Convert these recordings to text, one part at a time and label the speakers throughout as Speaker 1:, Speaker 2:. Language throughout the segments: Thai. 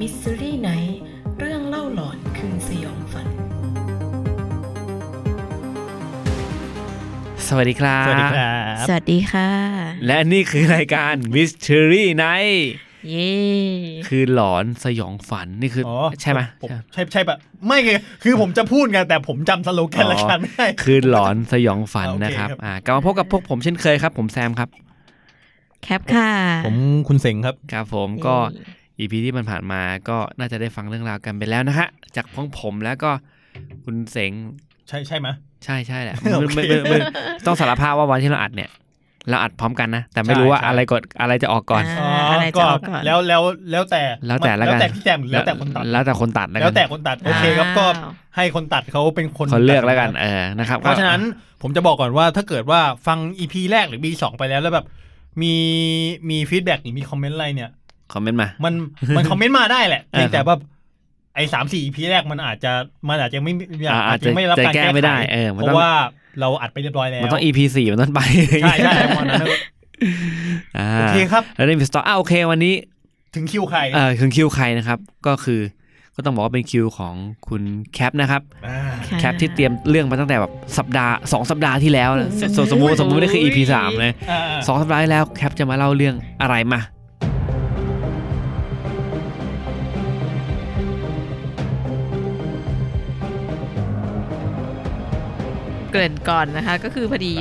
Speaker 1: มิสซิรี่ไนท์เรื่องเล่าหลอนคืนสยองฝัน
Speaker 2: สวัสดีครับ
Speaker 3: สวัสดีครับ
Speaker 1: สวัสดีค่ะ
Speaker 2: และนี่คือรายการ Mystery Night
Speaker 1: เย้
Speaker 2: คือหลอนสยองฝันนี่คืออ
Speaker 3: อ๋อ
Speaker 2: ใช่ไหม
Speaker 3: ผม
Speaker 2: ใช่
Speaker 3: ใช่ใช่ปะไม่ไงคือผมจะพูดไงแต่ผมจำสโลแกนละกันไม่ได้
Speaker 2: คือหลอนสยองฝัน
Speaker 3: โอเค
Speaker 2: นะครับ
Speaker 3: ครับ
Speaker 2: อ่ากลับมาพบกับพวกผมเช่นเคยครับ ผมแซมครับ
Speaker 1: แคปค่ะ
Speaker 3: ผมคุณเสงครับ
Speaker 2: ครับผม
Speaker 1: เย้
Speaker 2: ก็อีพีที่มันผ่านมาก็น่าจะได้ฟังเรื่องราวกันไปแล้วนะฮะจากพ้องผมแล้วก็คุณเสง
Speaker 3: ใช่ใช่ไหม
Speaker 2: ใช่ใช่แหละ
Speaker 3: โอเค
Speaker 2: ไม่ไม่ไม่ต้องสารภาพว่าวันที่เราอัดเนี่ย เราอัดพร้อมกันนะ แต่ไม่รู้ว่า
Speaker 3: ใช่
Speaker 2: อะไรก่อนอะไรจะออกก่อน
Speaker 1: าอะไรจะเอาก่อน
Speaker 3: แล้วแล้วแล้วแต่
Speaker 2: แล้วแต่
Speaker 3: มัน
Speaker 2: ละกัน
Speaker 3: แล้วแต่พี่แจมหรือแล้วแต่คนตัด
Speaker 2: แล้วแต่คนตัดนะ
Speaker 3: แล้วแต่คนตัดโอเคครับก็ให้คนตัดเขาเป็นคน
Speaker 2: เขาเลือกแล้วกัน
Speaker 3: ตัด
Speaker 2: เออนะครับ
Speaker 3: เพราะฉะนั้นผมจะบอกก่อนว่าถ้าเกิดว่าฟังอีพีแรกหรือบีสองไปแล้วแล้วแบบ มีมีฟีดแบ็กหรือมีคอมเมนต์อะไรเนี่ย
Speaker 2: คอมเมนต์มา
Speaker 3: มันมันคอมเมนต์มาได้แหละเพียง
Speaker 2: เออครับ
Speaker 3: แต่ว่าไอ้สามสี่อีพีแรกมันอาจจะมันอาจจะไม่
Speaker 2: อ่าอาจจะ
Speaker 3: ไม่รับ
Speaker 2: จะ
Speaker 3: การ
Speaker 2: แก้
Speaker 3: แก้
Speaker 2: ไม่ได้
Speaker 3: ไข
Speaker 2: เออ
Speaker 3: เพ
Speaker 2: มันต้อ
Speaker 3: ราะ
Speaker 2: ง
Speaker 3: ว่าเราอัดไปเรียบร้อยแล้ว
Speaker 2: มันต้อง EP สี่มันต้องไป
Speaker 3: ใช่ใช่ประมาณนั้นนะ
Speaker 2: อ่า
Speaker 3: โอเคครับ
Speaker 2: แล้วในมิสตอร์อ่าโอเควันนี้
Speaker 3: ถึงคิวใคร
Speaker 2: เออถึงคิวใครนะครับ ก็คือก็ต้องบอกว่าเป็นคิวของคุณแคปนะครับ
Speaker 3: อ่า
Speaker 1: ค่ะ
Speaker 2: แคปที่เตรียมเรื่องมาตั้งแต่แบบสัปดาห์สองสัปดาห์ที่แล้วนะ
Speaker 1: โอ้โห
Speaker 2: สมมติสมมตินี่คือ EP สามเลย
Speaker 3: อ่า
Speaker 2: สองสัปดาห์ที่แล้วแคปจะมาเล่าเรื่องอะไรมา
Speaker 1: เกริ่นก่อนนะคะ ก็คือพอดี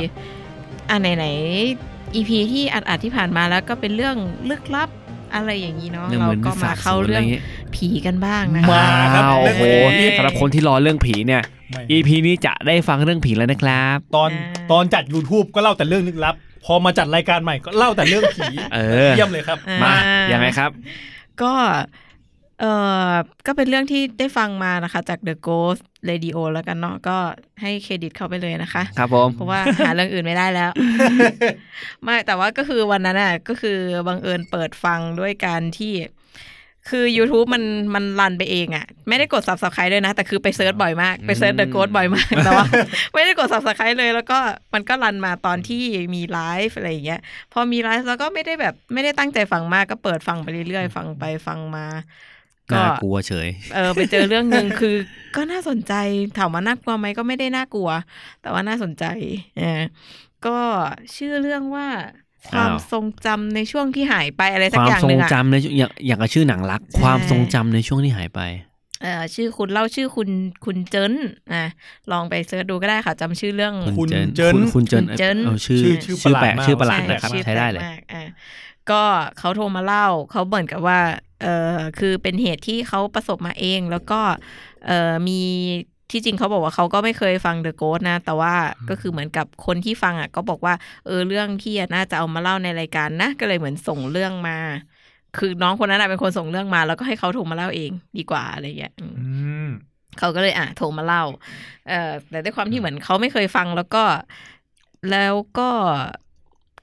Speaker 1: อ่าไหนๆ EP ที่อัดอัดๆที่ผ่านมาแล้วก็เป็นเรื่องลึกลับอะไรอย่างนี้เนาะ
Speaker 2: เรื่อง
Speaker 1: เรา
Speaker 2: เหมือน
Speaker 1: ก็
Speaker 2: ศ
Speaker 1: มา
Speaker 2: สตร์
Speaker 1: เข้า
Speaker 2: ศูนย์ะ
Speaker 1: เรื่อง
Speaker 2: ไงี้
Speaker 1: ผีกันบ้างนะคะ
Speaker 3: าครับ
Speaker 2: อ้ว
Speaker 3: เรื่
Speaker 2: โอ้
Speaker 3: อง
Speaker 2: โห
Speaker 3: ผี
Speaker 2: สำหรับคนที่รอเรื่องผีเนี่ย
Speaker 3: ไม่
Speaker 2: EP นี้จะได้ฟังเรื่องผีแล้วนะครับ
Speaker 3: ตอน
Speaker 1: อ่า
Speaker 3: ตอนจัด YouTube ก็เล่าแต่เรื่องลึกลับ พอมาจัดรายการใหม่ก็เล่าแต่เรื่องผี
Speaker 2: เออ
Speaker 3: เยี่ยมเลยครับ
Speaker 1: อ่
Speaker 2: มา ยังไงครับ
Speaker 1: ก็เออก็เป็นเรื่องที่ได้ฟังมานะคะ จาก The Ghost Radio แล้วกันเนาะก็ให้เครดิตเขาไปเลยนะคะ
Speaker 2: ครับผม
Speaker 1: เพราะว่า หาเรื่องอื่นไม่ได้ แล้ว ไม่แต่ว่าก็คือวันนั้นอ่ะก็คือบังเอิญเปิดฟังด้วยการที่ คือ YouTube มันมันรันไปเองอ่ะ ไม่ได้กด subscribe ด้วยนะ แต่คือไปเซิร์ชบ่อยมาก ไปเซิร์ช The Ghost บ่อยมาก แต่ว่า ไม่ได้กด subscribe เลย แล้วก็มันก็รันมาตอนที่มีไลฟ์อะไรอย่างเงี้ย พอมีไลฟ์แล้วก็ไม่ได้แบบไม่ได้ตั้งใจฟังมากก็เปิดฟังไปเรื่อยๆ ฟังไปฟังมา
Speaker 2: น่ากลัวเฉย
Speaker 1: เออไปเจอเรื่องห นึ่งคือ ก็น่าสนใจถามว่าน่ากลัวไหมก็ไม่ได้น่ากลัว แต่ว่าน่าสนใจเออก็ชื่อเรื่องว่า ความ
Speaker 2: อ้าว
Speaker 1: ทรงจำในช่วงที่หายไปอะไร
Speaker 2: ค
Speaker 1: สัก
Speaker 2: วาม
Speaker 1: อย่าง
Speaker 2: ทร
Speaker 1: ห
Speaker 2: ง
Speaker 1: นึ่งอะ
Speaker 2: จำในอย่างอย่างกับชื่อหนังรัก
Speaker 1: ใช่
Speaker 2: ความทรงจำในช่วงที่หายไป
Speaker 1: เออชื่อคุณเล่าชื่อคุณคุณเจิ้นอ่ะลองไปเสิร์ชดูก็ได้ค่ะจำชื่อเรื่อง
Speaker 3: คุณเจิ้น
Speaker 2: คุณคุณเจิน
Speaker 1: คุณเจิ้น
Speaker 2: เออชื่อ
Speaker 3: ชื่อชื่อ
Speaker 2: ชื่อแปลก
Speaker 3: ประหลาดมา
Speaker 2: ชื่
Speaker 3: ก
Speaker 2: อประหลาดนะ
Speaker 1: ใช่
Speaker 2: ครับ
Speaker 1: ชื่อ
Speaker 2: ใช้ได้เลย
Speaker 1: แปกมากอ่ะก็เขาโทรมาเล่าเขาเหมือนกับว่าเออคือเป็นเหตุที่เขาประสบมาเอง แล้วก็เออมีที่จริงเขาบอกว่าเขาก็ไม่เคยฟังเดอะโกสนะ แต่ว่าก็คือเหมือนกับคนที่ฟังอ่ะ ก็บอกว่าเออเรื่องพี่อ่ะน่าจะเอามาเล่าในรายการนะ ก็เลยเหมือนส่งเรื่องมา คือน้องคนนั้นอ่ะเป็นคนส่งเรื่องมา แล้วก็ให้เขาโทรมาเล่าเองดีกว่าอะไรอย่างเงี้ยอืม
Speaker 3: อืม
Speaker 1: เขาก็เลยอ่ะโทรมาเล่า เอ่อแต่ด้วยความที่เหมือนเขาไม่เคยฟังแล้วก็ แล้วก็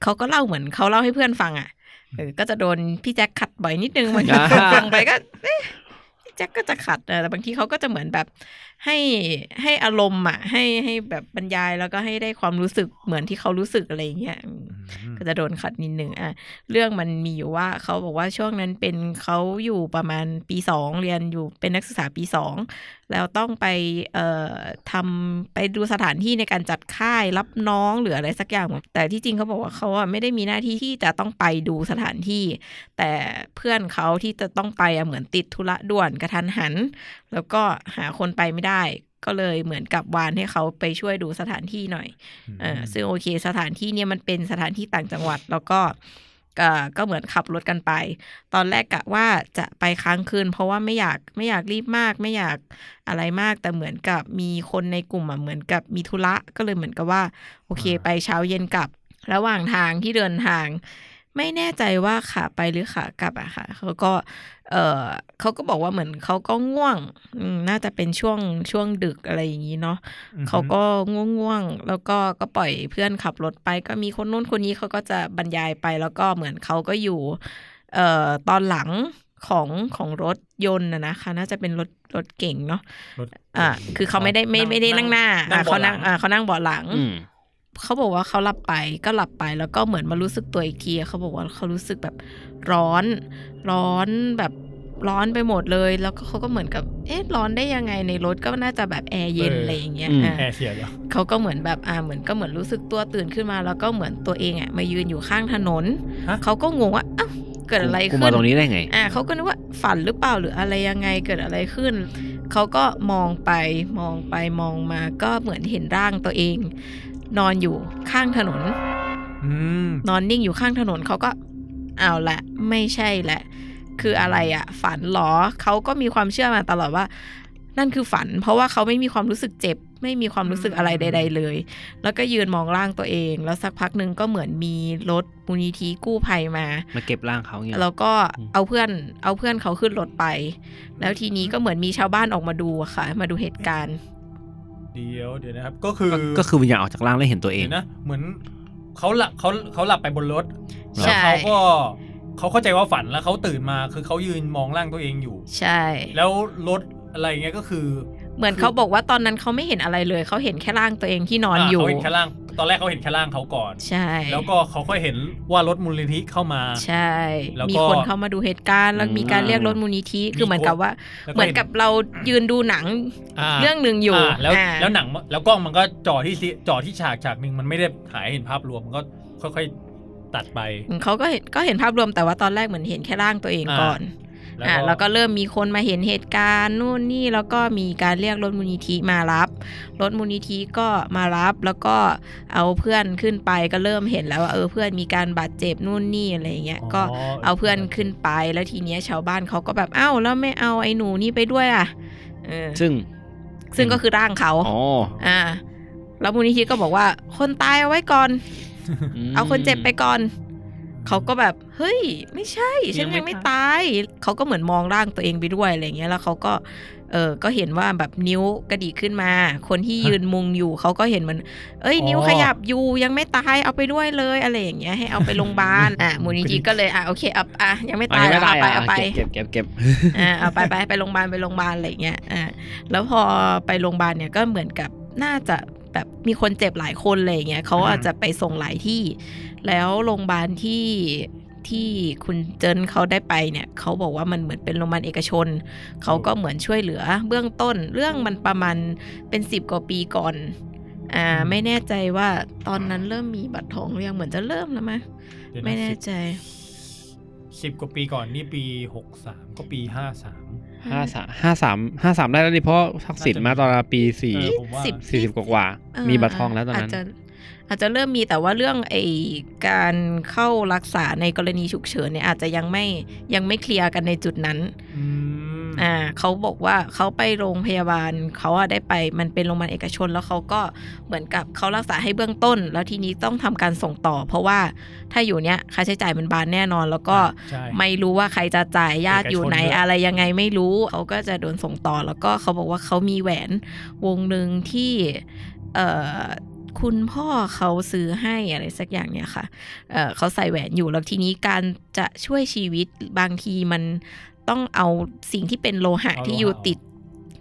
Speaker 1: เขาก็เล่าเหมือนเขาเล่าให้เพื่อนฟังอ่ะเออก็จะโดนพี่แจ็คขัดบ่อยนิด นึงบางที
Speaker 2: อ่า
Speaker 1: ฟังไปก็เอ๊ะพี่แจ็คก็จะขัดนะแต่บางทีเขาก็จะเหมือนแบบให้ให้อารมณ์อ่ะ ให้ให้แบบบรรยายแล้วก็ให้ได้ความรู้สึกเหมือนที่เขารู้สึกอะไรอย่างเงี้ยอืม ก็จะโดนขัดนิดนึงอ่ะเรื่องมันมีอยู่ว่าเขาบอกว่าช่วงนั้นเป็นเขาอยู่ประมาณปีสองเรียนอยู่เป็นนักศึกษาปีสองแล้วต้องไปเอ่อทำไปดูสถานที่ในการจัดค่ายรับน้องหรืออะไรสักอย่าง แต่ที่จริงเขาบอกว่าเขาอ่ะไม่ได้มีหน้าที่ที่จะต้องไปดูสถานที่ แต่เพื่อนเขาที่จะต้องไปอ่ะเหมือนติดธุระด่วนกระทันหัน แล้วก็หาคนไปไม่ได้ ก็เลยเหมือนกับวานให้เขาไปช่วยดูสถานที่หน่อย เออซึ่งโอเคสถานที่เนี่ยมันเป็นสถานที่ต่างจังหวัดแล้วก็เอ่อก็เหมือนขับรถกันไป ตอนแรกกะว่าจะไปค้างคืน เพราะว่าไม่อยากไม่อยากรีบมาก ไม่อยากอะไรมาก แต่เหมือนกับมีคนในกลุ่มอ่ะเหมือนกับมีธุระก็เลยเหมือนกับว่า โอเค
Speaker 3: อ่า
Speaker 1: ไปเช้าเย็นกลับ ระหว่างทางที่เดินทาง ไม่แน่ใจว่าขาไปหรือขากลับอะค่ะเขาก็เออเขาก็บอกว่าเหมือนเขาก็ง่วงอืมน่าจะเป็นช่วงช่วงดึกอะไรอย่างนี้เนาะ
Speaker 3: อืม
Speaker 1: เขาก็ง่วงๆ แล้วก็ก็ปล่อยเพื่อนขับรถไป ก็มีคนนู้นคนนี้เขาก็จะบรรยายไป แล้วก็เหมือนเขาก็อยู่เอ่อตอนหลังของของรถยนต์นะนะคะ น่าจะเป็นรถรถเก่งเนาะ
Speaker 3: รถ
Speaker 1: อ่าคือเขาไม่ได้ไม่ไม่ได้นั่งหน้า
Speaker 3: นั่
Speaker 1: อ่างเขา
Speaker 3: เบาะหลัง
Speaker 1: นั่งอ่าเขานั่งเบาะหลัง
Speaker 2: อืม
Speaker 1: เขาบอกว่าเขาหลับไปก็หลับไปแล้วก็เหมือนมารู้สึกตัวอีกทีเขาบอกว่าเขารู้สึกแบบร้อน ร้อนแบบร้อนไปหมดเลย แล้วก็เขาก็เหมือนกับเอ๊ะร้อนได้ยังไงในรถก็น่าจะแบบแอร์เย็น
Speaker 3: เอออ
Speaker 1: อะไรอย่างเงี้ย
Speaker 2: อืม
Speaker 1: อ่า
Speaker 3: แอร์เสียเหรอ
Speaker 1: เขาก็เหมือนแบบอ่าเหมือนก็เหมือนรู้สึกตัวตื่นขึ้นมา แล้วก็เหมือนตัวเองอ่ะมายืนอยู่ข้างถนน
Speaker 3: ฮะ
Speaker 1: เขาก็งงว่าอ้าวเกิดอะไร
Speaker 2: กู
Speaker 1: ขึ้
Speaker 2: มาน ตรงนี้ได้ไง
Speaker 1: อ่าเขาก็นึกว่าฝันหรือเปล่าหรืออะไรยังไงเกิดอะไรขึ้น เขาก็มองไปมองไปมองมาก็เหมือนเห็นร่างตัวเอง นอนอยู่ข้างถนน
Speaker 3: อืม
Speaker 1: นอนนิ่งอยู่ข้างถนนเขาก็เอาละไม่ใช่แหละ คืออะไรอะฝันเหรอเขาก็มีความเชื่อมาตลอดว่า นั่นคือฝัน เพราะว่าเขาไม่มีความรู้สึกเจ็บ ไม่มีความรู้สึกอะไรใด ๆ เลย แล้วก็ยืนมองร่างตัวเอง แล้วสักพักหนึ่งก็เหมือนมีรถมูลนิธิกู้ภัยมา
Speaker 2: มาเก็บร่างเขาเงี้ย
Speaker 1: แล้วก็
Speaker 2: อืม
Speaker 1: เอาเพื่อนเอาเพื่อนเขาขึ้นรถไป แล้วทีนี้ก็เหมือนมีชาวบ้านออกมาดูอะค่ะ มาดูเหตุการณ์
Speaker 3: เดี๋ยวเดี๋ยวนะครับ ก็คือ
Speaker 2: ก็ก็คือวิญญาณออกจากร่างแล้วเห็นตัวเอง
Speaker 3: เดี๋ยวนะ เหมือนเขาหลับเขาเขาหลับไปบนรถ
Speaker 1: ใช่
Speaker 3: แล้วเขาก็เขาเข้าใจว่าฝันแล้วเขาตื่นมาคือเขายืนมองร่างตัวเองอยู่
Speaker 1: ใช่
Speaker 3: แล้วรถอะไรเงี้ยก็คือ
Speaker 1: เหมือนเขาบอกว่าตอนนั้นเขาไม่เห็นอะไรเลย เขาเห็นแค่ร่างตัวเองที่นอนอยู่
Speaker 3: เขาเห็นแค่ร่างตอนแรกเขาเห็นแค่ร่างเขาก่อน
Speaker 1: ใช่
Speaker 3: แล้วก็เขาก็เห็นว่ารถมูลนิธิเข้ามา
Speaker 1: ใช่
Speaker 3: แล้วก็
Speaker 1: มีคนเข้ามาดูเหตุการณ์ แล้วมีการเรียกรถมูลนิธิ
Speaker 3: มี
Speaker 1: คือเหมือนกับว่า
Speaker 3: แล้วก็
Speaker 1: เหมือนกับเรายืนดูหนัง
Speaker 3: า
Speaker 1: เรื่องหนึ่งอยู่
Speaker 3: าแล้ว
Speaker 1: อ่า
Speaker 3: แล้วหนังแล้วกล้องมันก็จ่อที่ซีจ่อที่ฉากฉากหนึ่งมันไม่ได้ถ่ายให้เห็นภาพรวมมันก็ค่อยๆตัดไป
Speaker 1: เขาก็เห็นก็เห็นภาพรวมแต่ว่าตอนแรกเหมือนเห็นแค่ร่างตัวเอง
Speaker 3: อ่า
Speaker 1: ก่อน อ่าแล้วก็เริ่มมีคนมาเห็นเหตุการณ์นู่นนี่แล้วก็มีการเรียกรถมูลนิธิมารับ รถมูลนิธิก็มารับแล้วก็เอาเพื่อนขึ้นไปก็เริ่มเห็นแล้วว่าเออเพื่อนมีการบาดเจ็บนู่นนี่อะไรอย่างเงี้ยก็ เอาเพื่อนขึ้นไปแล้วทีเนี้ยชาวบ้านเขาก็แบบเอ้าแล้วไม่เอาไอ้หนูนี่ไปด้วยอ่ะเออ
Speaker 2: ซึ่ง
Speaker 1: ซึ่งก็คือร่างเขา
Speaker 2: อ๋อ
Speaker 1: อ่า แล้วมูลนิธิก็บอกว่า คนตายเอาไว้ก่อน
Speaker 2: ม
Speaker 1: เอาคนเจ็บไปก่อน เขาก็แบบเฮ้ย ไม่ใช่ ฉันยังไม่ตาย เขาก็เหมือนมองร่างตัวเองไปด้วยอะไรเงี้ยแล้วเขาก็เออก็เห็นว่าแบบนิ้วกระดิกขึ้นมา คนที่ยืนมุงอยู่เขาก็เห็นมัน เอ้ย
Speaker 3: อ๋อ
Speaker 1: นิ้วขยับอยู่ยังไม่ตายเอาไปด้วยเลยอะไรอย่างเงี้ยให้เอาไปโรงพยาบาลอ่ะมูลนิธิก็เลยอ่ะโอเคเอาอ่ะยังไม่
Speaker 2: อ๋อ
Speaker 1: ตาย
Speaker 2: งไม่
Speaker 1: เอาไป
Speaker 2: อ่ะ
Speaker 1: เอาไป
Speaker 2: เก็บเก็บเก็บ
Speaker 1: อ่าเอาไปไปไปโรงพยาบาลไปโรงพยาบาลอะไรอย่างเงี้ยอ่าแล้วพอไปโรงพยาบาลเนี่ยก็เหมือนกับน่าจะแบบมีคนเจ็บหลายคนอะไรอย่างเงี้ยเขา
Speaker 3: อืม
Speaker 1: อาจจะไปส่งหลายที่ แล้วโรงพยาบาลที่ที่คุณเจินเขาได้ไปเนี่ยเขาบอกว่ามันเหมือนเป็นโรงพยาบาลเอกชนเขาก็เหมือนช่วยเหลือ เบื้องต้นเรื่องมันประมาณเป็นสิบกว่าปีก่อนอ่าไม่แน่ใจว่าตอนนั้นเริ่มมีบัตรทองหรือยังเหมือนจะเริ่มแล้วมั้ย
Speaker 3: เดี๋ยวะ
Speaker 1: ไม่แน่
Speaker 3: สิบ
Speaker 1: ใจ
Speaker 3: สิบกว่าปีก่อนนี่ปีหกสามก็ปีห้าสาม
Speaker 2: ห้าสามห้าสามห้าสามได้แล้วดิเพราะทักษิณมาตอนปีสี่
Speaker 3: เออผมว่า
Speaker 1: สิบ
Speaker 2: สี่สิบกว่า
Speaker 1: เอ่อ
Speaker 2: ๆมีบัตรทองแล้วตอนนั้
Speaker 1: าจ
Speaker 2: น
Speaker 1: จะอาจจะเริ่มมีแต่ว่าเรื่องไอการเข้ารักษาในกรณีฉุกเฉินเนี่ยอาจจะยังไม่ยังไม่เคลียร์กันในจุดนั้น
Speaker 3: อืม
Speaker 1: อ่าเขาบอกว่าเขาไปโรงพยาบาลเขาอะได้ไปมันเป็นโรงพยาบาลเอกชน แล้วเขาก็เหมือนกับเขารักษาให้เบื้องต้น แล้วทีนี้ต้องทำการส่งต่อ เพราะว่าถ้าอยู่เนี้ยค่าใช้จ่ายมันบานแน่นอน แล้วก็
Speaker 3: ใช่
Speaker 1: ไม่รู้ว่าใครจะจ่ายญาติอยู่ไหน
Speaker 3: เอกชนด้วย
Speaker 1: อะไรยังไงไม่รู้เขาก็จะโดนส่งต่อแล้วก็เขาบอกว่าเขามีแหวนวงหนึ่งที่เอ่อคุณพ่อเขาซื้อให้อะไรสักอย่างเนี่ยค่ะเอ่อเขาใส่แหวนอยู่แล้วทีนี้การจะช่วยชีวิตบางทีมันต้องเอาสิ่งที่เป็นโลหะที่อยู่ติด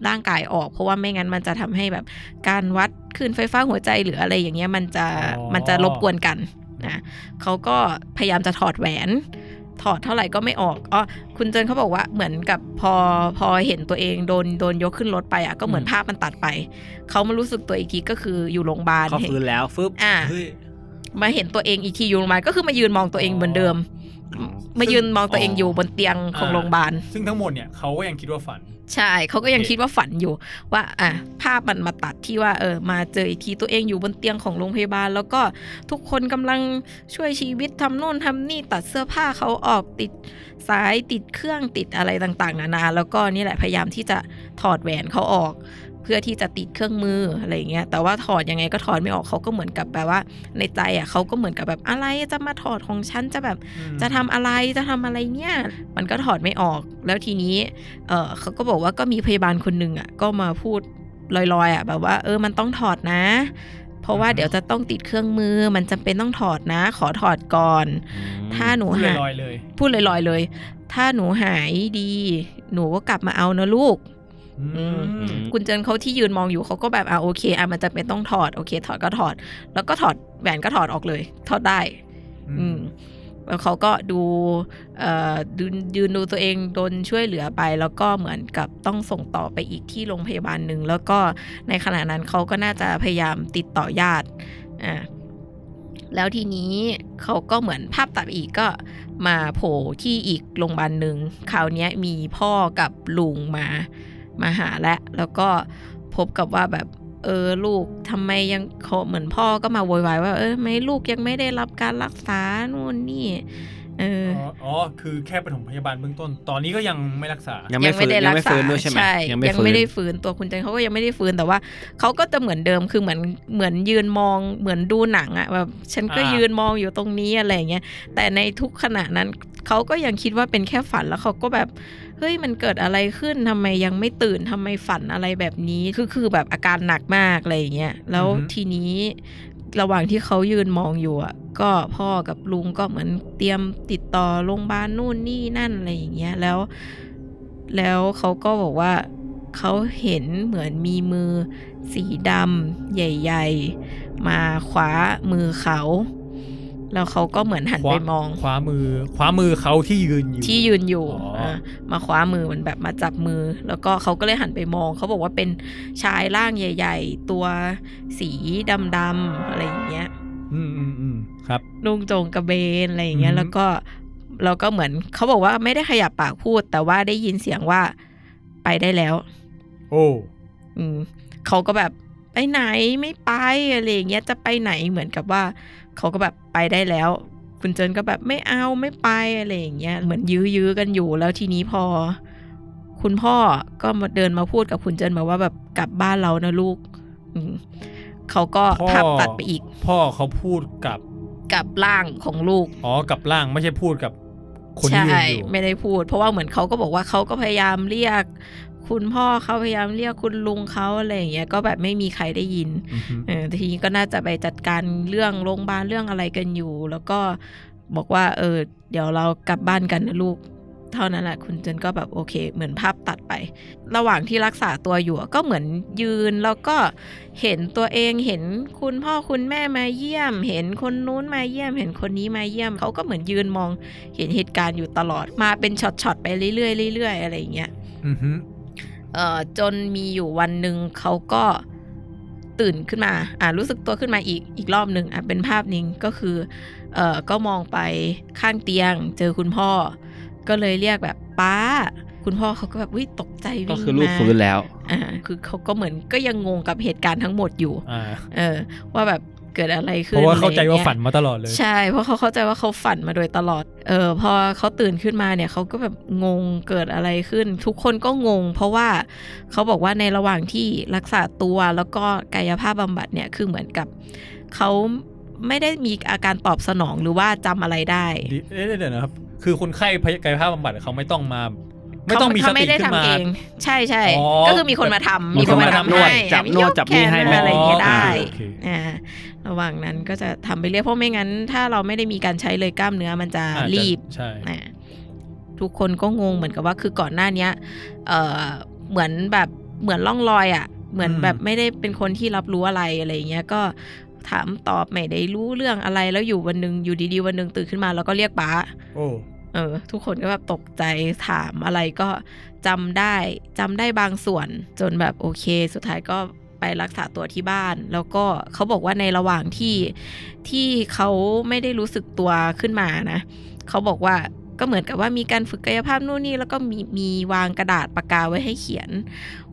Speaker 1: ร่างกายออก เพราะว่าไม่งั้นมันจะทำให้แบบการวัดคลื่นไฟฟ้าหัวใจหรืออะไรอย่างเงี้ยมันจะมันจะรบกวนกัน นะเขาก็พยายามจะถอดแหวน ถอดเท่าไหร่ก็ไม่ออกอ๋อคุณเจนเขาบอกว่าเหมือนกับพอพอเห็นตัวเองโดนโดนยกขึ้นรถไปอ่ะก็เหมือน
Speaker 2: อืม
Speaker 1: ภาพมันตัดไป เขามารู้สึกตัวอีกทีก็คืออยู่โรงพยาบาล
Speaker 2: เขา
Speaker 1: เห็น
Speaker 2: ฟื้นแล้วฟึบ
Speaker 1: อ่า
Speaker 2: เฮ้ย
Speaker 1: มาเห็นตัวเองอีกทีอยู่โรงพยาบาลก็คือมายืนมองตัวเองเหมือนเดิม
Speaker 2: อ๋อ
Speaker 1: มายืนมองตัวเองอยู่บนเตียงของ
Speaker 3: อ่า
Speaker 1: โรงพยาบาล
Speaker 3: ซึ่งทั้งหมดเนี่ยเขาก็ยังคิดว่าฝัน
Speaker 1: ใช่เขาก็ยัง
Speaker 3: โอเค
Speaker 1: คิดว่าฝันอยู่ ว่าอ่ะภาพมันมาตัดที่ว่าเออมาเจออีกทีตัวเองอยู่บนเตียงของโรงพยาบาล แล้วก็ทุกคนกำลังช่วยชีวิตทำโน่นทำนี่ตัดเสื้อผ้าเขาออกติดสายติดเครื่องติดอะไรต่างๆ นานา แล้วก็นี่แหละพยายามที่จะถอดแหวนเขาออก เพื่อที่จะติดเครื่องมืออะไรอย่างเงี้ยแต่ว่าถอดยังไงก็ถอดไม่ออกเขาก็เหมือนกับแบบว่า ในใจอ่ะเขาก็เหมือนกับแบบอะไรจะมาถอดของฉันจะแบบ จะทำอะไรจะทำอะไรเนี่ย มันก็ถอดไม่ออก แล้วทีนี้ เออเขาก็บอกว่าก็มีพยาบาลคนหนึ่งอ่ะ ก็มาพูดลอยๆอ่ะ แบบว่า เออ มันต้องถอดนะ เพราะว่า
Speaker 3: อือฮึ
Speaker 1: เดี๋ยวจะต้องติดเครื่องมือ มันจำเป็นต้องถอดนะ ขอถอดก่อน ถ้าหนู
Speaker 3: พูด
Speaker 1: หา
Speaker 3: ลอย
Speaker 1: ย
Speaker 3: ๆเลย
Speaker 1: พูดลอยๆเลย ถ้าหนูหายดี หนูก็กลับมาเอานะลูก
Speaker 3: อืม
Speaker 2: อืม
Speaker 1: คุณเจินเขาที่ยืนมองอยู่เขาก็แบบอ่ะโอเคอ่ะมันจะเป็นต้องถอดโอเค ถอดก็ถอด แล้วก็ถอดแหวนก็ถอดออกเลย ถอดได้ อืมแล้วเขาก็ดูเอ่อดูยืนดูตัวเองโดนช่วยเหลือไป แล้วก็เหมือนกับต้องส่งต่อไปอีกที่โรงพยาบาลหนึ่ง แล้วก็ในขณะนั้นเขาก็น่าจะพยายามติดต่อญาติอ่าแล้วทีนี้เขาก็เหมือนภาพตัดอีกก็มาโผล่ที่อีกโรงพยาบาลหนึ่งคราวเนี้ยมีพ่อกับลุงมามาหาและแล้วก็พบกับว่าแบบ เออลูกทำไมยังเขาเหมือนพ่อก็มาโวยวายว่า เออไม่ลูกยังไม่ได้รับการรักษานู่นนี่เออ
Speaker 3: อ๋
Speaker 1: อ
Speaker 3: ออ๋อคือแค่ปฐมพยาบาลเบื้องต้น ตอนนี้ก็ยังไม่รักษา
Speaker 2: ยังไม่ฟื้นยังไม่ฟื้นด้วยใช่ไหม
Speaker 1: ยั
Speaker 2: ยัง งไม่ฟื้น
Speaker 1: ไม่ได้ฟื้นตัวคุณเจนเขาก็ยังไม่ได้ฟื้นแต่ว่าเขาก็จะเหมือนเดิมคือเหมือนเหมือนยืนมองเหมือนดูหนังอะแบบฉันก็
Speaker 3: อ่ายื
Speaker 1: ยืนมองอยู่ตรงนี้อะไรอย่างเงี้ยแต่ในทุกขณะนั้นเขาก็ยังคิดว่าเป็นแค่ฝันแล้วเขาก็แบบเฮ้ยมันเกิดอะไรขึ้นทำไมยังไม่ตื่นทำไมฝันอะไรแบบนี้คือคือแบบอาการหนักมากอะไรอย่างเงี้ยแล้วทีนี้ระหว่างที่เขายืนมองอยู่อะก็พ่อกับลุงก็เหมือนเตรียมติดต่อโรงพยาบาลนู่นนี่นั่นอะไรอย่างเงี้ยแล้ว แล้วเขาก็บอกว่าเขาเห็นเหมือนมีมือสีดำใหญ่ๆ มาคว้ามือเขา แล้วเขาก็เหมือนหันไปมอง
Speaker 3: ขวามือขวามือเขาที่ยืนอยู่
Speaker 1: ที่ยืนอยู่
Speaker 3: อ๋ออ่
Speaker 1: ามาคว้ามือมันแบบมาจับมือ แล้วก็เขาก็เลยหันไปมอง เขาบอกว่าเป็นชายร่างใหญ่ ๆ ตัวสีดำๆอะไรอย่างเงี้ย
Speaker 3: อืมอืมอืมครับ
Speaker 1: นุ่งโจงกระเบนอะไรอย่างเงี้
Speaker 3: อือ
Speaker 1: ย
Speaker 3: ฮึ
Speaker 1: แล้วก็เราก็เหมือนเขาบอกว่าไม่ได้ขยับปากพูด แต่ว่าได้ยินเสียงว่าไปได้แล้ว
Speaker 3: โอ้
Speaker 1: อืมเขาก็แบบไปไหนไม่ไปอะไรอย่างเงี้ยจะไปไหนเหมือนกับว่าเขาก็แบบไปได้แล้ว คุณเจินก็แบบไม่เอาไม่ไปอะไรอย่างเงี้ยเหมือนยื้อยื้อกันอยู่แล้วทีนี้พอ คุณพ่อก็มาเดินมาพูดกับคุณเจินมาว่าแบบกลับบ้านเรานะลูก อืมเขาก็
Speaker 3: พ่อ
Speaker 1: ภาพตัดไปอีก
Speaker 3: พ่อเขาพูดกับ
Speaker 1: กลับร่างของลูก
Speaker 3: อ๋อกับร่างไม่ใช่พูดกับคนที่
Speaker 1: ใช่
Speaker 3: ยืนอยู่
Speaker 1: ไม่ได้พูด เพราะว่าเหมือนเขาก็บอกว่าเขาก็พยายามเรียก คุณพ่อเขาพยายามเรียกคุณลุงเขาอะไรอย่างเงี้ยก็แบบไม่มีใครได้ยิน
Speaker 3: อือฮึ
Speaker 1: เออทีนี้ก็น่าจะไปจัดการเรื่องโรงพยาบาลเรื่องอะไรกันอยู่ แล้วก็บอกว่า เออ เดี๋ยวเรากลับบ้านกันนะลูก เท่านั้นแหละคุณเจนก็แบบโอเค เหมือนภาพตัดไป ระหว่างที่รักษาตัวอยู่อะก็เหมือนยืนแล้วก็เห็นตัวเองเห็นคุณพ่อคุณแม่มาเยี่ยม เห็นคนนู้นมาเยี่ยม เห็นคนนี้มาเยี่ยมเขาก็เหมือนยืนมองเห็นเหตุการณ์อยู่ตลอดมาเป็นช็อตๆไปเรื่อยๆเรื่อยๆอะไรอย่างเงี้ย
Speaker 3: อือฮึ
Speaker 1: เอ่อจนมีอยู่วันหนึ่งเขาก็ตื่นขึ้นมา อ่ารู้สึกตัวขึ้นมาอีกอีกรอบหนึ่งอ่ะเป็นภาพนิ่งก็คือ เอ่อก็มองไปข้างเตียง เจอคุณพ่อ ก็เลยเรียกแบบป้า คุณพ่อเขาก็แบบวิตกใจวิ่ง
Speaker 2: ก็
Speaker 1: มา
Speaker 2: คือลูกฟื้นแล้ว
Speaker 1: อ่าคือเขาก็เหมือนก็ยังงงกับเหตุการณ์ทั้งหมดอยู่
Speaker 3: อ่า
Speaker 1: เออ ว่าแบบเกิดอะไรขึ้
Speaker 3: เพ
Speaker 1: น
Speaker 3: ราะว่าเข้าใจ
Speaker 1: อะไรอย่ง
Speaker 3: ว่า
Speaker 1: งี้ย
Speaker 3: ฝันมาตลอดเลย
Speaker 1: ใช่ เพราะเขาเข้าใจว่าเขาฝันมาโดยตลอด เออพอเขาตื่นขึ้นมาเนี่ยเขาก็แบบงงเกิดอะไรขึ้น ทุกคนก็งง เพราะว่าเขาบอกว่าในระหว่างที่รักษาตัวแล้วก็กายภาพบำบัดเนี่ยคือเหมือนกับเขาไม่ได้มีอาการตอบสนองหรือว่าจำอะไรได้
Speaker 3: ดิเอ๊ะเดี๋ยวนะครับ คือคนไข้พยกายภาพบำบัดเขาไม่ต้องมา ไม่ต้องมีส
Speaker 1: เขา
Speaker 3: ติ
Speaker 1: ไม่ได้
Speaker 3: ขึ้น
Speaker 1: ทำ
Speaker 3: มา
Speaker 1: เองใช่ใช่
Speaker 3: อ๋อ
Speaker 1: ก็คือมีคนมาทำ
Speaker 3: มี
Speaker 1: มี
Speaker 3: ค
Speaker 1: คน น
Speaker 3: มา
Speaker 1: มา
Speaker 3: ทำ
Speaker 1: ทำให้
Speaker 2: จับนู่นจับนี่ให้
Speaker 1: ยก
Speaker 2: แม่
Speaker 1: แขอะไรอย่างเงี้ยได้
Speaker 3: อ๋อโอเค
Speaker 1: อ่าระหว่างนั้นก็จะทำไปเรื่อยเพราะไม่งั้น ถ้าเราไม่ได้มีการใช้เลยกล้ามเนื้อมันจะ
Speaker 3: อาจจะ
Speaker 1: รีบ
Speaker 3: ใช่
Speaker 1: อ่ะทุกคนก็งงเหมือนกับว่าคือก่อนหน้าเนี้ยเออเหมือนแบบเหมือนล่องลอยอ่ะ เหมือนแบบไม่ได้เป็นคนที่รับรู้อะไรอะไรอย่างเงี้ยก็ถามตอบไม่ได้รู้เรื่องอะไรแล้วอยู่วันหนึ่งอยู่ดีๆวันหนึ่งตื่นขึ้นมาแล้วก็เรียกป้า
Speaker 3: โอ้
Speaker 1: เออ ทุกคนก็แบบตกใจถามอะไรก็จำได้จำได้บางส่วน จนแบบโอเค สุดท้ายก็ไปรักษาตัวที่บ้าน แล้วก็เขาบอกว่าในระหว่างที่ที่เขาไม่ได้รู้สึกตัวขึ้นมานะเขาบอกว่าก็เหมือนกับว่ามีการฝึกกายภาพนู่นนี่แล้วก็มีมีวางกระดาษปากกาไว้ให้เขียน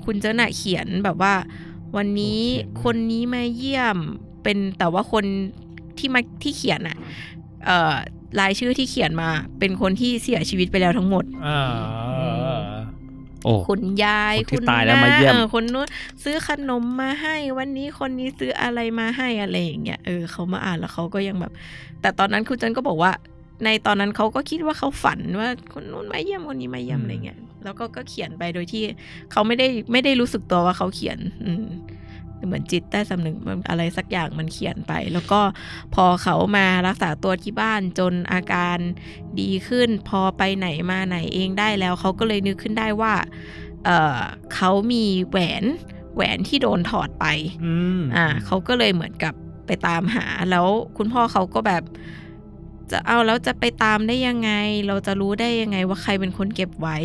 Speaker 1: คุณเจ้าหน่ะเขียนแบบว่า วันนี้คนนี้มาเยี่ยมเป็นแต่ว่าคนที่มาที่เขียนอะเอ่อรายชื่อที่เขียนมาเป็นคนที่เสียชีวิตไปแล้วทั้งหมด
Speaker 3: อ่า
Speaker 2: โอ้
Speaker 1: คุณยาย
Speaker 2: คนที่ตายแล้วมาเยี่ยม
Speaker 1: เออคนนู้นซื้อขนมมาให้ วันนี้คนนี้ซื้ออะไรมาให้อะไรอย่างเงี้ยเออเขามาอ่านแล้วเขาก็ยังแบบ แต่ตอนนั้นคุณจันก็บอกว่า ในตอนนั้นเขาก็คิดว่าเขาฝันว่าคนนู้นมาเยี่ยมคนนี้มาเยี่ยม
Speaker 3: อืม
Speaker 1: อะไรเงี้ยแล้วก็ก็เขียนไปโดยที่เขาไม่ได้ไม่ได้รู้สึกตัวว่าเขาเขียน อืมเหมือนจิตใต้สำนึกมันอะไรสักอย่างมันเขียนไป แล้วก็พอเขามารักษาตัวที่บ้านจนอาการดีขึ้น พอไปไหนมาไหนเองได้แล้วเขาก็เลยนึกขึ้นได้ว่า เอ่อเขามีแหวนแหวนที่โดนถอดไป
Speaker 3: อืม
Speaker 1: อ่าเขาก็เลยเหมือนกับไปตามหาแล้วคุณพ่อเขาก็แบบ จะเอาแล้วจะไปตามได้ยังไง เราจะรู้ได้ยังไงว่าใครเป็นคนเก็บไว้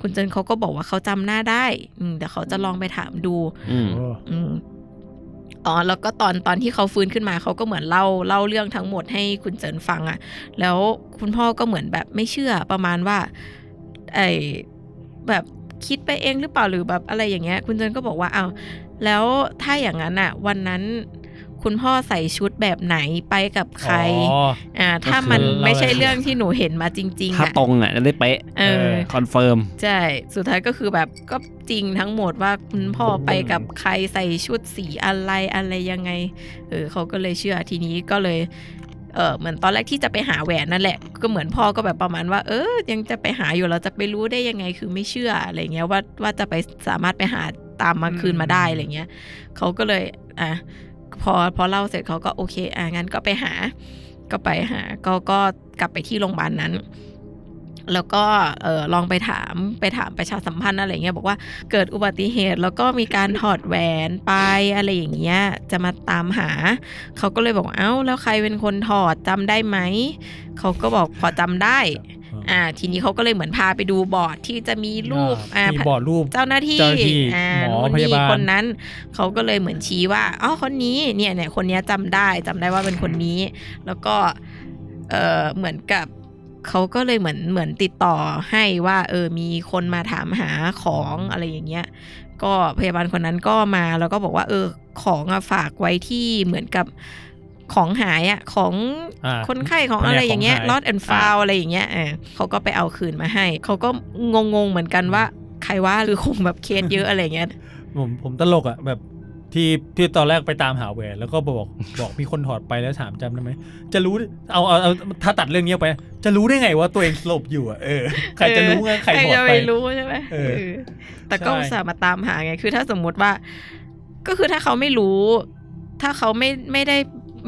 Speaker 1: คุณเจนเขาก็บอกว่าเขาจำหน้าได้ อืมเดี๋ยวเขาจะลองไปถามดู
Speaker 2: อืม
Speaker 3: โอ้
Speaker 1: อืมอ๋อแล้วก็ตอนตอนที่เขาฟื้นขึ้นมาเขาก็เหมือนเล่าเล่าเรื่องทั้งหมดให้คุณเจินฟังอะ่ะ แล้วคุณพ่อก็เหมือนแบบไม่เชื่อประมาณว่า ไอแบบคิดไปเองหรือเปล่าหรือแบบอะไรอย่างเงี้ย คุณเจินก็บอกว่าเอาวแล้วถ้าอย่างนั้นอะ่ะ วันนั้นคุณพ่อใส่ชุดแบบไหนไปกับใคร
Speaker 3: อ๋อ
Speaker 1: อ่าถ้า
Speaker 2: ก็คือ
Speaker 1: มันไม่ใช่
Speaker 3: เล่าเลย
Speaker 1: เรื่องที่หนูเห็นมาจริงๆ
Speaker 2: ถ้า
Speaker 1: อะ
Speaker 2: ตรงอ่ะจะได้เป๊ะ
Speaker 1: เออ
Speaker 2: คอนเฟิร์ม
Speaker 1: ใช่ สุดท้ายก็คือแบบก็จริงทั้งหมดว่าคุณพ่อไปกับใครใส่ชุดสีอะไรอะไรยังไง เออเขาก็เลยเชื่อทีนี้ก็เลย เออเหมือนตอนแรกที่จะไปหาแหวนนั่นแหละ ก็เหมือนพ่อก็แบบประมาณว่า เออ ยังจะไปหาอยู่เราจะไปรู้ได้ยังไงคือไม่เชื่ออะไรเงี้ยว่าว่าจะไปสามารถไปหาตามมาคืนมาได้อะไรเงี้ยเขาก็เลยอ่ะพอพอเล่าเสร็จเขาก็โอเคอ่ะงั้นก็ไปหา ก็ไปหาก็ก็กลับไปที่โรงพยาบาลนั้น แล้วก็เออลองไปถามไปถามประชาสัมพันธ์อะไรเงี้ยบอกว่าเกิดอุบัติเหตุแล้วก็มีการถอดแหวนไปอะไรอย่างเงี้ยจะมาตามหา เขาก็เลยบอกเอ้าแล้วใครเป็นคนถอดจำได้ไหม เขาก็บอกพอจำได้ อ่า ทีนี้เขาก็เลยเหมือนพาไปดูบอร์ดที่จะมีรูปอ่า
Speaker 3: มีบอร์ดรูป
Speaker 1: เจ้าหน้าที่
Speaker 3: เจ้าหน้าที่
Speaker 1: อ่า
Speaker 3: หมอ
Speaker 1: นู่น
Speaker 3: พ
Speaker 1: นี่
Speaker 3: ยาบาล
Speaker 1: คนนั้น เขาก็เลยเหมือนชี้ว่าอ๋อคนนี้เนี่ยเนี่ยคนเนี้ยจำได้จำได้ว่าเป็นคนนี้ แล้วก็เออเหมือนกับเขาก็เลยเหมือนเหมือนติดต่อให้ว่า เออมีคนมาถามหาของอะไรอย่างเงี้ย ก็พยาบาลคนนั้นก็มาแล้วก็บอกว่า เออของอะฝากไว้ที่เหมือนกับของหายอะของ
Speaker 3: อ่า
Speaker 1: คนไข้ของอะไรอย่างเงี้ย
Speaker 3: แผนกของหาย
Speaker 1: ลอดแอนฟาวอะไรอย่างเงี้ยเออเขาก็ไปเอาคืนมาให้ เขาก็งงๆเหมือนกันว่า ใครว่าคือคงแบบเคสเยอะอะไรเงี้ย
Speaker 3: ผมผมตลกอ่ะแบบที่ที่ตอนแรกไปตามหาแหวนแล้วก็บอกบอกมีคนถอดไปแล้วถามจำได้ไหมจะรู้เอาเอาเอาถ้าตัดเรื่องนี้ออกไป จะรู้ได้ไงว่าตัวเองสลบอยู่อ่ะเออใครจะรู้ว่าใคร
Speaker 1: ใคร
Speaker 3: ถอด
Speaker 1: จะ
Speaker 3: ไป
Speaker 1: ไปรู้ใช่ไหม
Speaker 3: เออ
Speaker 1: เออแต่ก็
Speaker 3: ใช่
Speaker 1: อุตส่าห์มาตามหาไง คือถ้าสมมุติว่า ก็คือถ้าเขาไม่รู้ ถ้าเขาไม่ไม่ได้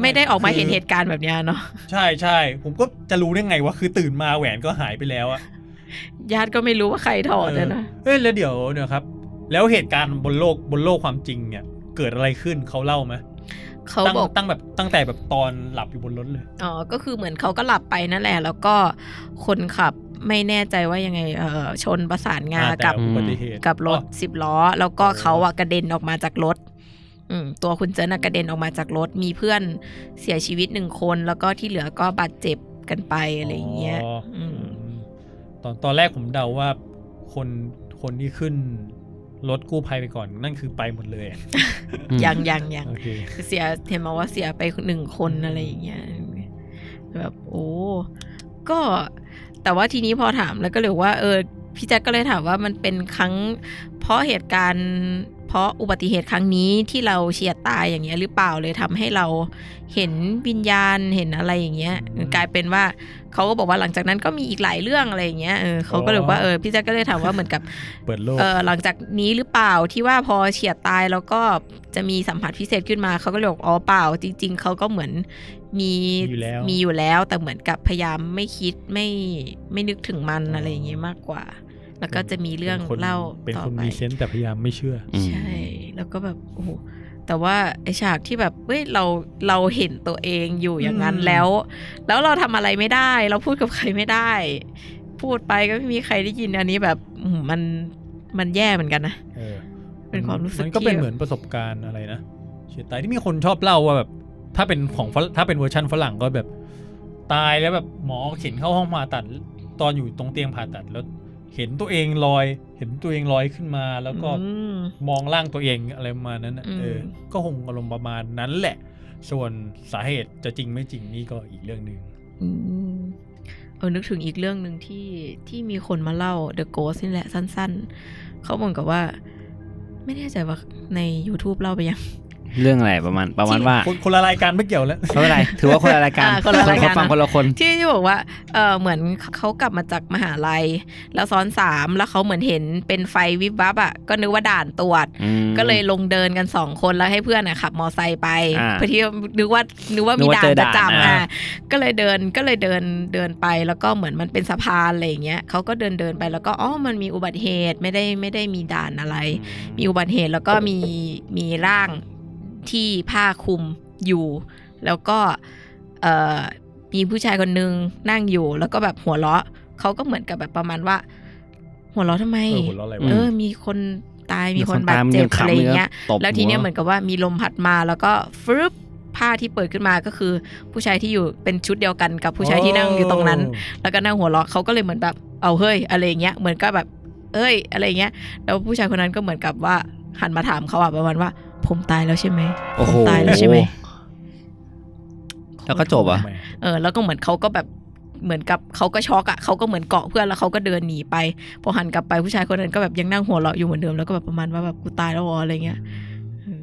Speaker 1: ไม่ได้ออกมาเห็นเหตุการณ์แบบเนี้ยเนาะ
Speaker 3: ใช่ใช่ผมก็จะรู้ได้ไงว่าคือตื่นมาแหวนก็หายไปแล้วอ่ะ
Speaker 1: ญาติก็ไม่รู้ว่าใครถอดอะนะ
Speaker 3: เอ้ยแล้วเดี๋ยวเดี๋ยวครับ แล้วเหตุการณ์บนโลกบนโลกความจริงเนี่ย เกิดอะไรขึ้นเขาเล่าไหม
Speaker 1: เขา
Speaker 3: ตั้ง
Speaker 1: บอก
Speaker 3: ตั้งแบบตั้งแต่แบบตอนหลับอยู่บนรถเลย
Speaker 1: อ๋อ ก็คือเหมือนเขาก็หลับไปนั่นแหละ แล้วก็คนขับไม่แน่ใจว่ายังไง เออชนประสานงา
Speaker 3: อ่าแต่
Speaker 1: กับ
Speaker 3: อุบัติเหตุ
Speaker 1: กับรถสิบล้อ แล้วก็
Speaker 3: โอ้
Speaker 1: เขาอะกระเด็นออกมาจากรถ อืมตัวคุณเจนอะกระเด็นออกมาจากรถ มีเพื่อนเสียชีวิตหนึ่งคน แล้วก็ที่เหลือก็บาดเจ็บกันไปอะไรอย่างเงี้ยอืม
Speaker 3: ตอนตอนแรกผมเดาว่าคนคนที่ขึ้นรถกู้ภัยไปก่อนนั่นคือไปหมดเลยอะ
Speaker 1: ยังยังยัง
Speaker 3: โอเค
Speaker 1: เสียเห็นมาว่าเสียไปหนึ่งคนอะไรอย่างเงี้ยแบบโอ้ก็แต่ว่าทีนี้พอถามแล้วก็เลยว่า เออพี่แจ็คก็เลยถามว่ามันเป็นครั้ง เพราะเหตุการณ์ เพราะอุบัติเหตุครั้งนี้ที่เราเฉียดตายอย่างเงี้ยหรือเปล่าเลยทำให้เราเห็นวิญญาณเห็นอะไรอย่างเงี้ยกลายเป็นว่าเขาก็บอกว่าหลังจากนั้นก็มีอีกหลายเรื่องอะไรอย่างเงี้ยเออเขาก็เลยบอกว่าเออพี่แจ็คก็เลยถามว่าเหมือนกับ
Speaker 3: เปิดโลก
Speaker 1: เออหลังจากนี้หรือเปล่าที่ว่าพอเฉียดตายแล้วก็จะมีสัมผัสพิเศษขึ้นมาเขาก็เลยบอกอ๋อเปล่า จริง ๆเขาก็เหมือนมี
Speaker 3: อยู่แล้ว
Speaker 1: มีอยู่แล้ว แต่เหมือนกับพยายามไม่คิดไม่ไม่นึกถึงมันอะไรอย่างเงี้ยมากกว่า แล้วก็จะมีเรื่อง
Speaker 3: ป็นคน
Speaker 1: เล่า
Speaker 3: เป็น
Speaker 1: ต่อ
Speaker 3: คน
Speaker 1: ไป
Speaker 3: มีเซนส์แต่พยายามไม่เชื่อ
Speaker 1: ใช่ แล้วก็แบบโอ้โหแต่ว่าไอฉากที่แบบเฮ้ยเราเราเห็นตัวเองอยู่อย่างนั้น
Speaker 3: อืม
Speaker 1: แล้ว แล้วเราทำอะไรไม่ได้ เราพูดกับใครไม่ได้ พูดไปก็ไม่มีใครได้ยินอันนี้แบบอืมมันมันแย่เหมือนกันนะ
Speaker 3: เออ
Speaker 1: เป็นความรู้สึก
Speaker 3: มันก็
Speaker 1: ที่
Speaker 3: เป็นเหมือนประสบการณ์อะไรนะเฉียดตายที่มีคนชอบเล่าว่าแบบ ถ้าเป็นของฝรั่งถ้าเป็นเวอร์ชันฝรั่งก็แบบ ตายแล้วแบบหมอเข็นเข้าห้องผ่าตัด ตอนอยู่ตรงเตียงผ่าตัดแล้ว เห็นตัวเองลอย เห็นตัวเองลอยขึ้นมาแล้วก็
Speaker 1: อืม
Speaker 3: มองร่างตัวเองอะไรประมาณนั้นน่ะ
Speaker 1: อืม
Speaker 3: เออ ก็คงอารมณ์ประมาณนั้นแหละ ส่วนสาเหตุจะจริงไม่จริงนี่ก็อีกเรื่องหนึ่ง
Speaker 1: อืมโอ อนึกถึงอีกเรื่องหนึ่งที่ที่มีคนมาเล่า The Ghost นี่แหละสั้นๆ เขาบอกกับว่า ไม่แน่ใจว่าใน YouTube เล่าไปยัง
Speaker 2: เรื่องอะไรประมาณประมาณว่า
Speaker 3: คนคนละรายการไม่เกี่ยวแล้ว
Speaker 2: ไม่เป็นไรถือว่าคนละรายการ
Speaker 1: อ่าคนละรายการ
Speaker 2: ฟังคนละคน
Speaker 1: ที่ที่บอกว่าเออเหมือนเขากลับมาจากมหาลัย แล้วซ้อนสามแล้วเขาเหมือนเห็นเป็นไฟวิบวับอ่ะก็นึกว่าด่านตรวจ
Speaker 2: อืม
Speaker 1: ก็เลยลงเดินกันสองคนแล้วให้เพื่อนอะขับมอไซค์ไป
Speaker 2: อ่า
Speaker 1: เพื่อที่ว่านึกว่านึกว่า
Speaker 2: นึ
Speaker 1: มี
Speaker 2: กว่า
Speaker 1: ด่า
Speaker 2: เจ
Speaker 1: น
Speaker 2: อ
Speaker 1: จะ
Speaker 2: ด่าน
Speaker 1: จำ
Speaker 2: อ่า
Speaker 1: อ่ะก็เลยเดินก็เลยเดินเดินไปแล้วก็เหมือนมันเป็นสะพานอะไรอย่างเงี้ยเขาก็เดินเดินไปแล้วก็อ๋อมันมีอุบัติเหตุไม่ได้ไม่ได้มีด่านอะไร มีอุบัติเหตุแล้วก็มีมีร่างที่ผ้าคลุมอยู่ แล้วก็เอ่อมีผู้ชายคนนึงนั่งอยู่ แล้วก็แบบหัวเราะเขาก็เหมือนกับแบบประมาณว่า หัวเราะทำไม
Speaker 3: เออหัวเราะอะไรวะ
Speaker 1: เออ มีคนตายมีคนบาด
Speaker 2: ตม
Speaker 1: เจ็บ
Speaker 2: ขำ
Speaker 1: อะไรอย่างเงี้ย
Speaker 2: ตบ
Speaker 1: แล้วทีเนี้ย
Speaker 2: หั
Speaker 1: เหมือนกับว่ามีลมพัดมาแล้วก็ฟึบผ้าที่เปิดขึ้นมาก็คือ ผู้ชายที่อยู่เป็นชุดเดียวกันกับผู้ชายที่นั่งอยู่ตรงนั้น แล้วก็นั่งหัวเราะเขาก็เลยเหมือนแบบ เอาเฮ้ยอะไรอย่างเงี้ย เหมือนก็แบบ เอ้ย อะไรอย่างเงี้ย แล้วผู้ชายคนนั้นก็เหมือนกับว่าหันมาถามเขาอะประมาณว่า ผมตายแล้วใช่ไหม
Speaker 2: โอ้โห
Speaker 1: ผมตายแล้วใช่ไหม
Speaker 2: แล้วก็จบเหรอ่ะ
Speaker 3: ทำไม
Speaker 1: เออ แล้วก็เหมือนเขาก็แบบเหมือนกับเขาก็ช็อกอะเขาก็เหมือนเกาะเพื่อนแล้วเขาก็เดินหนีไป พอหันกลับไปผู้ชายคนนั้นก็แบบยังนั่งหัวเราะอยู่เหมือนเดิมแล้วก็แบบประมาณว่าแบบกูตายแล้ววออะไรเงี้ยเออ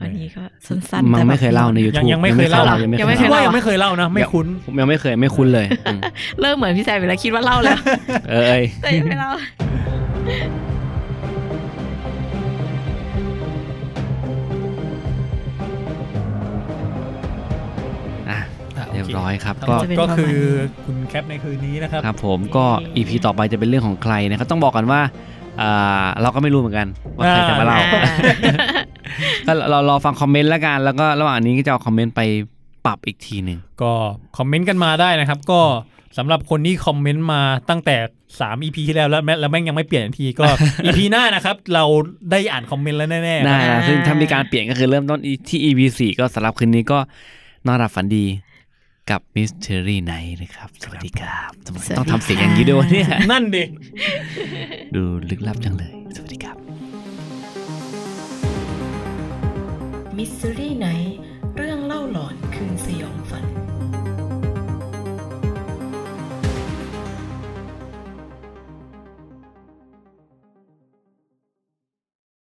Speaker 1: อันนี้ก็สั้นๆ
Speaker 2: มัง
Speaker 1: แต่แบบ
Speaker 2: ไม่เคยเล่าในยู
Speaker 3: ยั
Speaker 2: ทู
Speaker 3: ง
Speaker 2: บ
Speaker 3: ยังไม่เคยเล่า
Speaker 2: ยัง
Speaker 1: ไม่
Speaker 2: ไม่
Speaker 1: เค
Speaker 2: เค
Speaker 3: คิ
Speaker 2: ย
Speaker 3: ด
Speaker 1: เล่า
Speaker 2: เล่า
Speaker 3: ว่ายังไม่เคยเล่านะ ไม่คุ้น
Speaker 2: ผมยังไม่เคยไม่คุ้นเลยอืม
Speaker 1: เริ่มเหมือนพี่แซมไปแล้วคิดว่าเล่า แล้ว
Speaker 2: เออเอ้ย
Speaker 1: แต่ยังไม่เล่า
Speaker 2: อ่ะ
Speaker 3: อ่ะโอเค
Speaker 2: เรียบร้อยครับ
Speaker 3: ก็
Speaker 2: ก็
Speaker 1: จะเป็น
Speaker 3: ก็
Speaker 1: ประมาณ
Speaker 3: คือคุณแคปในคืนนี้นะครับ
Speaker 2: ครับผมก็อีพีต่อไปจะเป็นเรื่องของใครนะครับต้องบอกกันว่าอ่าเราก็ไม่รู้เหมือนกันว่าใครจะมาเล่า
Speaker 1: อ่า
Speaker 2: ก็ เรารอฟังคอมเมนต์แล้วกัน แล้วก็ระหว่างนี้ก็จะเอาคอมเมนต์ไปปรับอีกทีหนึ่ง
Speaker 3: ก็คอมเมนต์กันมาได้นะครับ ก็สำหรับคนที่คอมเมนต์มาตั้งแต่ 3 EP ที่แล้วแล้วแม่แล้วแม่งยังไม่เปลี่ยนทีก็ EP หน้านะครับ เราได้อ่านคอมเมนต์แล้วแน่ๆ
Speaker 2: ได้
Speaker 3: นะ
Speaker 2: นะซึ่งถ้ามีการเปลี่ยนก็คือเริ่มต้นที่ EP 4ก็สำหรับคืนนี้ก็นอนหลับฝันดีกับ Mystery Night นะครับ สวัสดีครับทำไม
Speaker 1: สวัสดี
Speaker 2: ต้องทำเสียงอย่างนี้ด้วยวะเนี่ย
Speaker 3: นั่นดิ
Speaker 2: ดูลึกลับจังเลย สวัสดีครับ
Speaker 1: มิสซิรี่ไนท์